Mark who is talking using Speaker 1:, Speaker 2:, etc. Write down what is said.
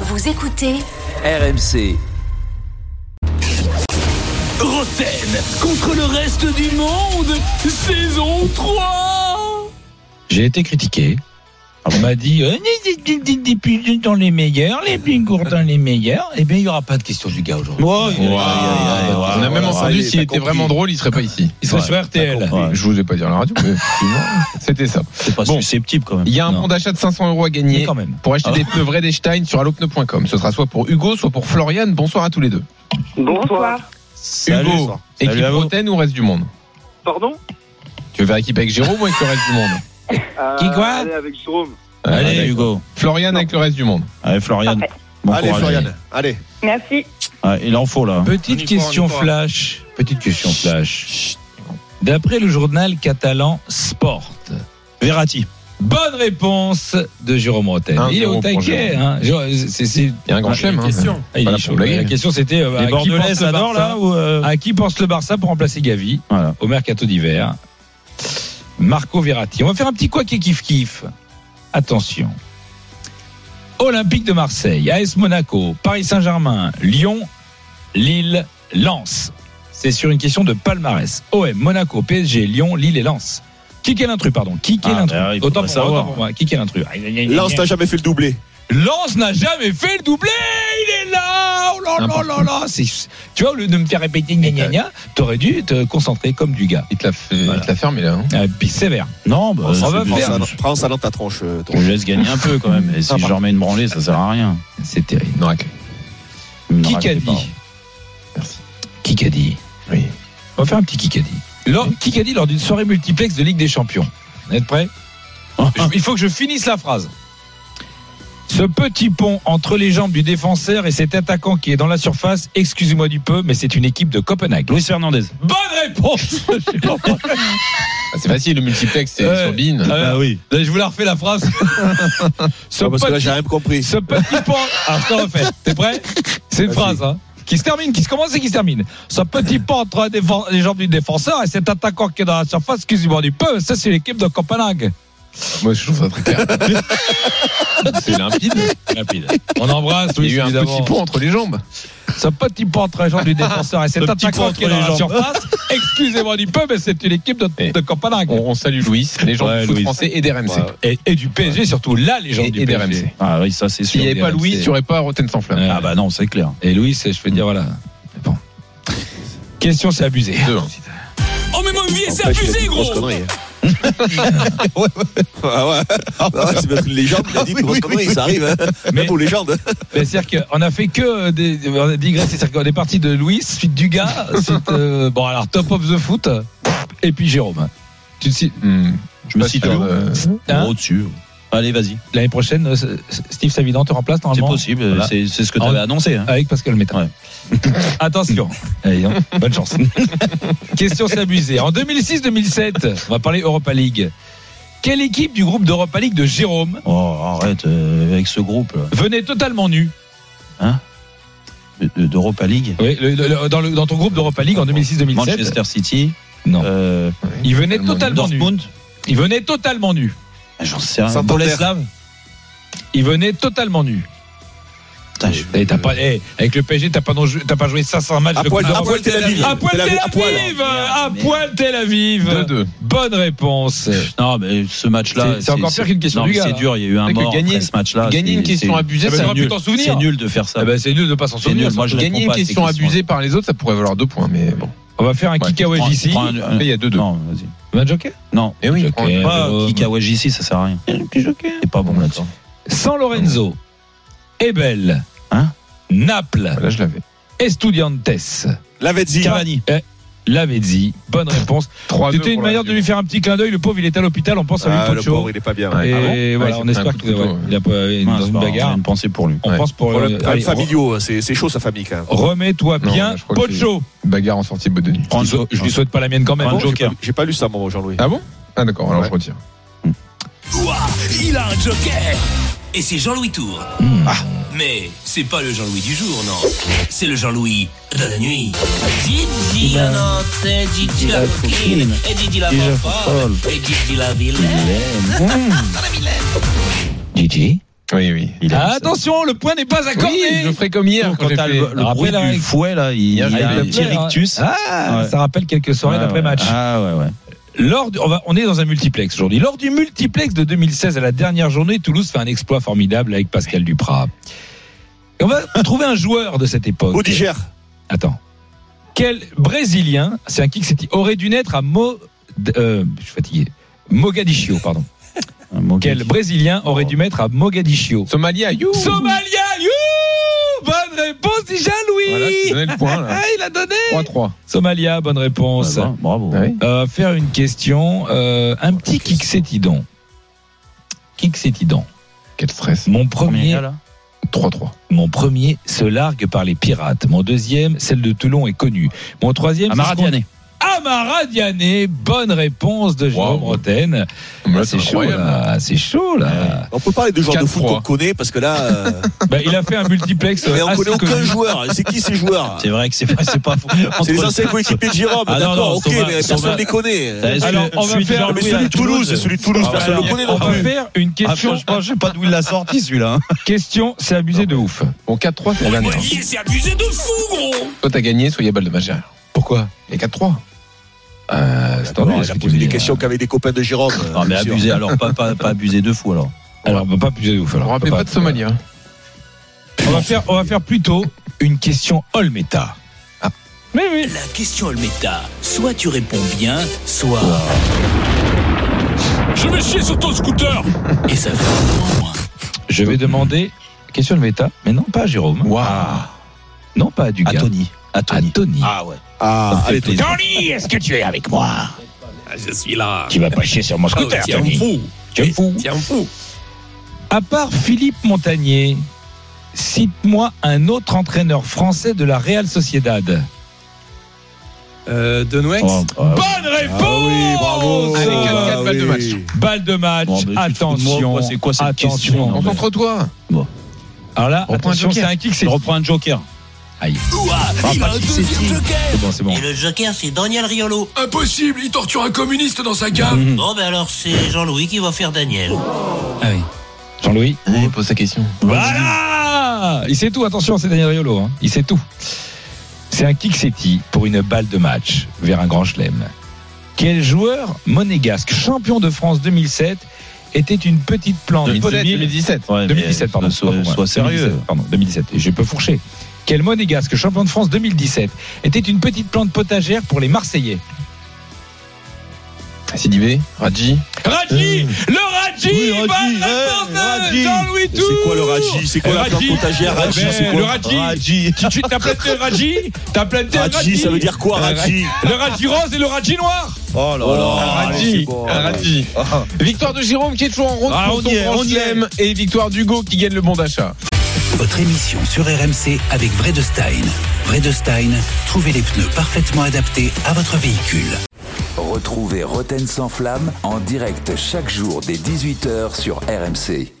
Speaker 1: Vous écoutez
Speaker 2: RMC. Roten contre le reste du monde, saison 3
Speaker 3: J'ai été critiqué. On m'a dit euh, Ni- ni- ni- ni- ni- plus de dans les meilleurs, les plus courts dans les meilleurs. Eh bien, il n'y aura pas de question du gars aujourd'hui.
Speaker 4: Wow. On a même
Speaker 3: Ah,
Speaker 4: entendu s'il était vraiment drôle, il serait pas ici.
Speaker 3: Il serait sur RTL.
Speaker 5: compris. Ouais.
Speaker 4: Je vous ai pas dit à la radio, mais effectivement, c'était ça.
Speaker 5: C'est pas
Speaker 4: Bon.
Speaker 5: susceptible quand même.
Speaker 4: Il y a un
Speaker 5: Non.
Speaker 4: bon d'achat de 500 euros
Speaker 3: Mais
Speaker 4: à gagner
Speaker 3: quand même.
Speaker 4: pour acheter des pneus vrais d'Estein sur allopneu.com. Ce sera soit pour Hugo, soit pour Florian. Bonsoir à tous les deux.
Speaker 6: Bonsoir.
Speaker 5: Salut.
Speaker 4: Hugo,
Speaker 5: Salut
Speaker 4: équipe
Speaker 5: à vous.
Speaker 4: Roten ou reste du monde
Speaker 6: Pardon
Speaker 4: Tu veux faire équipe avec Jérôme ou avec le reste du monde
Speaker 6: Euh,
Speaker 3: Qui, quoi
Speaker 6: Allez avec Jérôme.
Speaker 5: Allez,
Speaker 4: Allez,
Speaker 5: Hugo.
Speaker 4: Florian avec le reste du monde.
Speaker 5: Allez Florian.
Speaker 7: Parfait.
Speaker 5: Bon
Speaker 8: Allez,
Speaker 5: courage.
Speaker 8: Florian, allez.
Speaker 7: Merci.
Speaker 5: Ah, il en faut là.
Speaker 4: On y
Speaker 3: Petite
Speaker 4: croit, on
Speaker 3: question
Speaker 4: y croit.
Speaker 3: flash. Petite question flash. D'après le journal catalan Sport.
Speaker 5: Verratti.
Speaker 3: Bonne réponse de Jérôme Rotten.
Speaker 4: Un
Speaker 3: Il est
Speaker 4: zéro
Speaker 3: au
Speaker 4: pour
Speaker 3: taquet.
Speaker 4: Jérôme.
Speaker 3: hein. Jérôme, c'est- c'est-
Speaker 4: Il y a un grand chelem. hein.
Speaker 3: Ah, il
Speaker 4: Pas
Speaker 3: est
Speaker 4: là
Speaker 3: chaud.
Speaker 4: pour blaguer.
Speaker 3: La question c'était euh, à
Speaker 5: les
Speaker 3: qui
Speaker 5: Bordelais
Speaker 3: pense le
Speaker 5: s'adorent
Speaker 3: Barça
Speaker 5: là ou euh,
Speaker 3: À qui pense le Barça pour remplacer Gavi
Speaker 5: Voilà.
Speaker 3: au mercato d'hiver Marco Verratti. On va faire un petit quoi qui kiff kiff. Attention. Olympique de Marseille, AS Monaco, Paris Saint-Germain, Lyon, Lille, Lens. C'est sur une question de palmarès. OM, Monaco, PSG, Lyon, Lille et Lens. Qui est l'intrus, pardon Qui est
Speaker 5: Ah,
Speaker 3: l'intrus
Speaker 5: bah, il
Speaker 3: Autant
Speaker 5: faudrait
Speaker 3: pour moi,
Speaker 5: savoir.
Speaker 3: autant pour moi. Qui est l'intrus Ah,
Speaker 8: Lance n'a jamais fait le doublé.
Speaker 3: Lance n'a jamais fait le doublé, il est là, oh là là
Speaker 4: N'importe
Speaker 3: là là. C'est- Tu vois, au lieu de me faire répéter gna gna gna, t'aurais dû te concentrer comme du gars.
Speaker 4: Il te l'a fait- il
Speaker 3: Voilà.
Speaker 4: te l'a fermé là. hein.
Speaker 3: Euh, puis sévère.
Speaker 5: Non, bah,
Speaker 3: On s'en
Speaker 5: c'est
Speaker 3: va
Speaker 5: du-
Speaker 8: Prends
Speaker 3: faire.
Speaker 8: ça,
Speaker 5: c'est-
Speaker 8: prends ça dans ta tronche. euh,
Speaker 5: On
Speaker 8: ton-
Speaker 5: lui laisse gagner un peu quand même.
Speaker 3: Ah,
Speaker 5: Et si je leur mets une branlée, ça sert à rien.
Speaker 3: C'est terrible.
Speaker 4: Non, racle.
Speaker 5: Ne
Speaker 3: Qui
Speaker 5: racontez
Speaker 3: qu'a
Speaker 5: pas.
Speaker 3: dit Merci. Qui qu'a dit Oui. On va faire un petit qui qu'a dit. Lors, qui qu'a dit lors d'une soirée multiplex de Ligue des Champions. Vous êtes prêts Je- Il faut que je finisse la phrase. Ce petit pont entre les jambes du défenseur et cet attaquant qui est dans la surface, excusez-moi du peu, mais c'est une équipe de Copenhague.
Speaker 5: Luis Fernandez.
Speaker 3: Bonne réponse Jérôme
Speaker 4: Ah, C'est facile, le multiplex, c'est
Speaker 3: Ouais.
Speaker 4: sur Bean.
Speaker 3: Ah,
Speaker 5: Bah oui.
Speaker 3: Là, je vous la refais la phrase. ce,
Speaker 8: Ah, parce que là,
Speaker 3: petit,
Speaker 8: j'ai rien compris.
Speaker 3: ce petit pont. Alors, je te refais. T'es prêt C'est une
Speaker 8: Vas-y.
Speaker 3: phrase, hein, Qui se termine, qui se commence et qui se termine. Ce petit pont entre la défense- les jambes du défenseur et cet attaquant qui est dans la surface, excusez-moi du peu, ça c'est l'équipe de Copenhague.
Speaker 4: Moi, je trouve ça très clair. C'est limpide.
Speaker 3: Rapide. On embrasse,
Speaker 4: Il
Speaker 3: oui,
Speaker 4: y a eu un
Speaker 3: évidemment.
Speaker 4: petit pont entre les jambes.
Speaker 3: Ce petit pont entre les jambes du défenseur et cet
Speaker 5: Le petit
Speaker 3: attaquant
Speaker 5: pont
Speaker 3: qui est
Speaker 5: entre
Speaker 3: dans la
Speaker 5: les jambes.
Speaker 3: surface, excusez-moi du peu, mais c'est une équipe de,
Speaker 4: Et
Speaker 3: de Copenhague.
Speaker 4: On, on salue Louis, les gens
Speaker 5: Ouais,
Speaker 4: du foot
Speaker 5: Louis.
Speaker 4: français et des RMC.
Speaker 3: Et, et du PSG surtout, là les gens
Speaker 4: Et-
Speaker 3: du
Speaker 4: et des
Speaker 3: PSG.
Speaker 4: RMC.
Speaker 5: Ah oui, ça c'est
Speaker 4: S'il
Speaker 5: sûr.
Speaker 4: n'y avait pas
Speaker 3: RMC.
Speaker 4: Louis, il n'y aurait pas Rotten sans flamme.
Speaker 3: Ouais.
Speaker 5: Ah bah non, c'est clair.
Speaker 3: Et Louis, je peux te dire, voilà. Bon. Question, c'est abusé.
Speaker 4: Deux, hein.
Speaker 2: Oh mais mon vieil, c'est
Speaker 8: Après, je fais
Speaker 2: abusé
Speaker 8: des grosses
Speaker 2: gros
Speaker 8: conneries, hein. Ah ouais. Ah ouais, c'est parce que les jambes, il a dit une grosse connerie, ça arrive. hein.
Speaker 3: Mais-
Speaker 8: Même aux légendes.
Speaker 3: Mais C'est-à-dire qu'on a fait que euh, des, on a digressé. C'est-à-dire qu'on est parti de Louis, suite du gars, suite, euh, bon alors top of the foot, et puis Jérôme. Tu te cites-
Speaker 4: Hmm.
Speaker 5: Je me
Speaker 4: Pas
Speaker 5: cite
Speaker 4: sûr,
Speaker 5: euh,
Speaker 3: hein
Speaker 5: au-dessus. Allez, vas-y.
Speaker 3: L'année prochaine, euh, S- S- Steve Savidan te remplace
Speaker 5: C'est
Speaker 3: normalement.
Speaker 5: possible. euh,
Speaker 3: Voilà.
Speaker 5: C'est c'est ce que
Speaker 3: En-
Speaker 5: t'avais annoncé. hein.
Speaker 3: Avec Pascal Métain.
Speaker 5: Ouais.
Speaker 3: Attention. Allez, hein, bonne chance. Question, c'est abusé. En 2006-2007, on va parler Europa League. Quelle équipe du groupe d'Europa League de Jérôme
Speaker 5: Oh, arrête euh, avec ce groupe là.
Speaker 3: venait totalement nue
Speaker 5: De- de- d'Europa League.
Speaker 3: Oui, le- le- le- dans, le- dans ton groupe d'Europa League en 2006-2007,
Speaker 5: Manchester City.
Speaker 3: Non.
Speaker 5: Euh,
Speaker 3: il venait
Speaker 4: Totalement
Speaker 3: totalement nu.
Speaker 5: Dortmund.
Speaker 3: Il venait totalement nu.
Speaker 5: Ah, J'en sais rien.
Speaker 8: Santander.
Speaker 5: Boleslav.
Speaker 3: Il venait totalement nu.
Speaker 5: Putain, je-
Speaker 3: Et t'as pas, eh, avec le PSG, t'as pas, non jou- t'as pas joué 500 matchs
Speaker 8: Euh. À
Speaker 3: de
Speaker 8: poil,
Speaker 3: Coupe
Speaker 8: à
Speaker 3: d'Europe.
Speaker 8: poil Tel Aviv.
Speaker 3: À poil Tel
Speaker 8: à poil.
Speaker 3: Aviv À
Speaker 5: Ah, Merde.
Speaker 3: poil Tel
Speaker 4: Deux,
Speaker 3: Aviv
Speaker 4: deux.
Speaker 3: Bonne réponse.
Speaker 5: Non, mais ce match-là.
Speaker 3: Euh, C'est- c'est encore pire qu'une question
Speaker 5: non,
Speaker 3: du
Speaker 5: mais
Speaker 3: gars, hein.
Speaker 5: C'est
Speaker 3: là.
Speaker 5: dur, il y a eu un
Speaker 4: C'est que
Speaker 5: mort
Speaker 4: gagner-
Speaker 5: après ce match-là.
Speaker 4: gagner
Speaker 5: c'est-
Speaker 4: une question
Speaker 5: c'est-
Speaker 4: abusé,
Speaker 3: Ah, mais
Speaker 4: ça
Speaker 3: t'aurais pu
Speaker 4: nul.
Speaker 3: t'en
Speaker 5: C'est
Speaker 3: souvenir.
Speaker 5: nul de faire ça.
Speaker 3: Ah bah, c'est nul de pas s'en
Speaker 5: C'est
Speaker 3: souvenir.
Speaker 5: nul, moi, je-
Speaker 3: surtout.
Speaker 4: Gagner
Speaker 5: réponds
Speaker 4: une
Speaker 5: pas à ces
Speaker 4: question
Speaker 5: questions.
Speaker 4: abusée par les autres, ça pourrait valoir deux points, mais bon.
Speaker 3: On va faire un
Speaker 4: Ouais,
Speaker 3: kick à
Speaker 5: Prends-
Speaker 3: ici.
Speaker 5: prends un- un-
Speaker 4: Mais il y a deux, deux.
Speaker 5: Non, vas-y.
Speaker 3: Un joker
Speaker 5: Non.
Speaker 4: Et oui,
Speaker 3: Joker.
Speaker 4: on-
Speaker 5: Pas
Speaker 3: euh,
Speaker 5: Kikawaj ici, ça sert à rien. C'est pas bon là-dedans.
Speaker 3: San Lorenzo, Ebel,
Speaker 5: Hein
Speaker 3: Naples,
Speaker 4: là je l'avais.
Speaker 3: Estudiantes,
Speaker 8: Lavezzi.
Speaker 5: Cavani.
Speaker 3: Lavezzi. Bonne réponse.
Speaker 4: 3
Speaker 3: C'était une manière de lui faire un petit clin d'œil. Le pauvre, il était à l'hôpital. On pense à lui,
Speaker 8: Ah, le
Speaker 3: Pocho.
Speaker 8: pauvre, il est pas bien.
Speaker 4: Ouais.
Speaker 3: Et
Speaker 4: Ah bon
Speaker 3: voilà,
Speaker 4: Ouais,
Speaker 3: on
Speaker 4: c'était un
Speaker 3: espère
Speaker 4: coup
Speaker 3: qu'il
Speaker 4: de couteau,
Speaker 3: a pas il est
Speaker 5: Mince,
Speaker 3: dans une
Speaker 5: bah, on a
Speaker 3: bagarre.
Speaker 5: Une pensée pour lui.
Speaker 3: On
Speaker 4: Ouais.
Speaker 3: pense pour
Speaker 8: Problème-
Speaker 3: euh,
Speaker 8: problème
Speaker 3: allez,
Speaker 8: familiaux, hein, c'est c'est chaud sa famille quand même.
Speaker 3: re- Remets-toi
Speaker 4: Non,
Speaker 3: bien,
Speaker 4: je crois que
Speaker 3: Pocho.
Speaker 4: Bagarre en sortie de nuit.
Speaker 5: Prends
Speaker 3: Je lui sou- Je lui souhaite pas la mienne quand même.
Speaker 5: Prends
Speaker 3: Bon,
Speaker 5: un joker.
Speaker 8: J'ai pas lu ça, moi, Jean-Louis.
Speaker 4: Ah bon Ah d'accord, alors
Speaker 8: Ouais.
Speaker 4: je retire.
Speaker 2: Ouah, Il a un joker Et c'est Jean-Louis Tour.
Speaker 8: Hmm.
Speaker 2: Ah, mais c'est pas le Jean-Louis du jour, non. C'est le Jean-Louis de la nuit. Gigi la Nantes, Gigi la coquine, et Gigi la fanfare, et Gigi la vilaine.
Speaker 5: Gigi.
Speaker 4: Oui, oui.
Speaker 5: Il aime
Speaker 3: Ah,
Speaker 5: ça.
Speaker 3: attention, le point n'est pas accordé.
Speaker 4: Oui, je ferai comme hier quand
Speaker 5: Quand
Speaker 4: j'ai
Speaker 5: t'as
Speaker 4: fait.
Speaker 5: le, le
Speaker 3: Rappelez
Speaker 5: bruit
Speaker 3: la
Speaker 5: du
Speaker 3: règle.
Speaker 5: fouet, là, il y a
Speaker 4: Ah,
Speaker 5: un
Speaker 4: il
Speaker 5: petit
Speaker 3: pleure, hein.
Speaker 5: rictus.
Speaker 3: Ah,
Speaker 5: Ouais.
Speaker 3: ça rappelle quelques soirées
Speaker 5: Ouais,
Speaker 3: d'après-match.
Speaker 5: ouais. Ah ouais, ouais.
Speaker 3: Lors du- on, va- on est dans un multiplex aujourd'hui. Lors du multiplex de 2016 à la dernière journée, Toulouse fait un exploit formidable avec Pascal Duprat. Et on va trouver un joueur de cette époque.
Speaker 8: Au digère.
Speaker 3: Attends. Quel Brésilien, c'est un kick, c'était aurait dû naître à Mo, d- euh, je suis fatigué. Mogadiscio, pardon.
Speaker 5: Un mot
Speaker 3: Quel
Speaker 5: qui-
Speaker 3: Brésilien aurait dû mettre à Mogadiscio
Speaker 4: Somalia, you
Speaker 3: Somalia, you Bonne réponse déjà, Louis
Speaker 4: Voilà, tu donnais le point,
Speaker 3: Ah,
Speaker 4: là.
Speaker 3: il a donné
Speaker 4: 3-3.
Speaker 3: Somalia, bonne
Speaker 5: Ah,
Speaker 3: réponse.
Speaker 5: bah, Bravo.
Speaker 4: Ah oui.
Speaker 3: Euh, faire une question, euh, un petit Kixétidon. Kixétidon.
Speaker 4: Quel stress.
Speaker 3: Mon
Speaker 5: Combien il y
Speaker 3: premier,
Speaker 5: a, là
Speaker 4: 3-3.
Speaker 5: Ah,
Speaker 3: mon premier se largue par les pirates. Mon deuxième, celle de Toulon est connue. Mon troisième,
Speaker 5: Ah,
Speaker 3: c'est ce qu'on-
Speaker 5: Amaradiané.
Speaker 3: Amara Diané. Bonne réponse de Jérôme
Speaker 4: Wow.
Speaker 3: Roten. Ah,
Speaker 4: Mais là,
Speaker 3: C'est chaud là, c'est chaud là.
Speaker 8: On peut parler de joueurs de foot
Speaker 4: 4-3.
Speaker 8: qu'on connaît parce que là, euh,
Speaker 3: Bah, il a fait un multiplex
Speaker 8: mais on
Speaker 3: assez
Speaker 8: connaît aucun
Speaker 3: connu.
Speaker 8: joueur. C'est qui ces joueurs
Speaker 5: C'est vrai que c'est pas, c'est pas faux.
Speaker 8: C'est les
Speaker 5: Entre-
Speaker 8: anciens coéquipiers de Jérôme.
Speaker 5: Ah non,
Speaker 8: D'accord,
Speaker 5: non,
Speaker 8: ok,
Speaker 5: Thomas-
Speaker 8: mais personne
Speaker 5: Thomas-
Speaker 8: ne les connaît.
Speaker 5: Celui-
Speaker 3: Alors, on va
Speaker 5: Ah, celui de
Speaker 3: faire-
Speaker 8: Mais
Speaker 5: Jean-Louis
Speaker 8: celui
Speaker 5: à
Speaker 8: de Toulouse, celui de Toulouse,
Speaker 5: Ah,
Speaker 8: personne ne le
Speaker 5: voilà.
Speaker 8: connaît
Speaker 3: On
Speaker 8: non
Speaker 3: va
Speaker 8: plus.
Speaker 3: faire une
Speaker 5: Ah,
Speaker 3: question.
Speaker 5: franchement, je sais pas d'où il l'a sorti celui-là. hein.
Speaker 3: Question, c'est abusé de ouf.
Speaker 4: Bon, 4-3, c'est la
Speaker 2: Moi,
Speaker 4: dernière.
Speaker 2: dis, c'est abusé de fou, gros
Speaker 4: Soit t'as gagné, soit il y a balle de match derrière.
Speaker 3: Pourquoi
Speaker 4: Il y a 4-3.
Speaker 3: euh, c'est
Speaker 8: Non,
Speaker 3: tendu,
Speaker 8: il
Speaker 3: ce
Speaker 8: a
Speaker 3: que tu
Speaker 8: posé
Speaker 3: me
Speaker 8: des
Speaker 3: dis,
Speaker 8: questions qu'avec des copains de Jérôme.
Speaker 5: Non, Ah, mais
Speaker 8: bien sûr.
Speaker 5: abusé, alors pas, pas, pas abusé de fou alors.
Speaker 3: là. Alors, bah, pas abusé de ouf.
Speaker 4: On
Speaker 3: Alors,
Speaker 4: ne rappelait pas de Somalia.
Speaker 3: On va faire, on va faire plutôt une question Olmeta. Mais oui.
Speaker 2: La question Olmeta, soit tu réponds bien, soit. Je vais chier sur ton scooter Et ça fait un point.
Speaker 3: Je vais demander question Olmeta, mais non pas à Jérôme,
Speaker 4: Waouh
Speaker 3: non pas à
Speaker 5: À
Speaker 3: Dugas,
Speaker 5: Tony. À
Speaker 3: à
Speaker 5: Tony.
Speaker 3: Tony.
Speaker 5: Ah ouais.
Speaker 8: Ah, allez,
Speaker 5: plaisir.
Speaker 3: Tony, est-ce que tu es avec moi
Speaker 2: Ah, Je suis là.
Speaker 3: Tu vas pas chier sur mon scooter, Tony.
Speaker 2: fou.
Speaker 3: Tu es fou.
Speaker 2: Tiens fou.
Speaker 3: À part Philippe Montagnier, cite-moi un autre entraîneur français de la Real Sociedad.
Speaker 1: Euh, de Noex
Speaker 5: Oh, ah, ouais.
Speaker 3: Bonne réponse
Speaker 8: Ah oui, bravo.
Speaker 4: Allez, quatre, quatre
Speaker 8: Ah
Speaker 4: balles de
Speaker 8: oui.
Speaker 4: match.
Speaker 3: Balle de match,
Speaker 5: Bon, mais tu te fous de moi,
Speaker 3: attention.
Speaker 5: quoi, c'est quoi cette
Speaker 3: attention.
Speaker 5: question
Speaker 4: On s'entre toi
Speaker 3: Alors là,
Speaker 4: Reprends un
Speaker 3: attention, c'est
Speaker 4: joker.
Speaker 3: un kick, c'est
Speaker 5: Je reprends un joker. Ah,
Speaker 2: Ouah, il a un deuxième joker.
Speaker 3: C'est bon, c'est bon.
Speaker 7: Et le joker, c'est Daniel Riolo.
Speaker 1: Impossible, il torture un communiste dans sa cave.
Speaker 7: Bon, ben alors, c'est Jean-Louis qui va faire Daniel.
Speaker 3: Jean-Louis
Speaker 4: Il pose sa question.
Speaker 3: Voilà Il sait tout, attention, c'est Daniel Riolo, hein. il sait tout. C'est un kick setti pour une balle de match vers un grand chelem. Quel joueur monégasque, champion de France 2007, était une petite plante 2000
Speaker 4: 2017.
Speaker 5: Ouais, mais
Speaker 3: 2017, pardon.
Speaker 5: Sois,
Speaker 3: Pas pour moi.
Speaker 5: sois sérieux.
Speaker 3: 2017, pardon, 2017. J'ai peu fourché. Quel monégasque, champion de France 2017, était une petite plante potagère pour les Marseillais
Speaker 4: Sidibé, Radji.
Speaker 3: Radji
Speaker 8: Euh.
Speaker 3: Le Radji
Speaker 5: Oui,
Speaker 3: Bonne
Speaker 5: Radji,
Speaker 3: réponse de
Speaker 5: ouais, Radji.
Speaker 3: Jean-Louis
Speaker 8: C'est quoi le Raji C'est quoi la plante
Speaker 3: Radji.
Speaker 8: potagère Raji
Speaker 3: Eh
Speaker 8: C'est
Speaker 3: ben,
Speaker 8: quoi
Speaker 3: le Radji
Speaker 5: Radji.
Speaker 3: Tu- tu- T'as planté le Radji T'as planté le
Speaker 8: Raji, ça veut dire quoi Raji
Speaker 3: Le radji rose et le radji noir Ah,
Speaker 5: Oh là
Speaker 8: Oh là,
Speaker 5: là.
Speaker 8: allez, c'est bon.
Speaker 4: Radji. Victoire de Jérôme qui est toujours en route
Speaker 5: Ah,
Speaker 4: pour
Speaker 5: on
Speaker 4: son
Speaker 5: y est,
Speaker 4: grand
Speaker 5: on y
Speaker 4: chelem. Et victoire d'Hugo qui gagne le bon d'achat.
Speaker 9: Votre émission sur RMC avec Vredestein. Vredestein, trouvez les pneus parfaitement adaptés à votre véhicule.
Speaker 10: Retrouvez Roten sans flamme en direct chaque jour dès 18h sur RMC.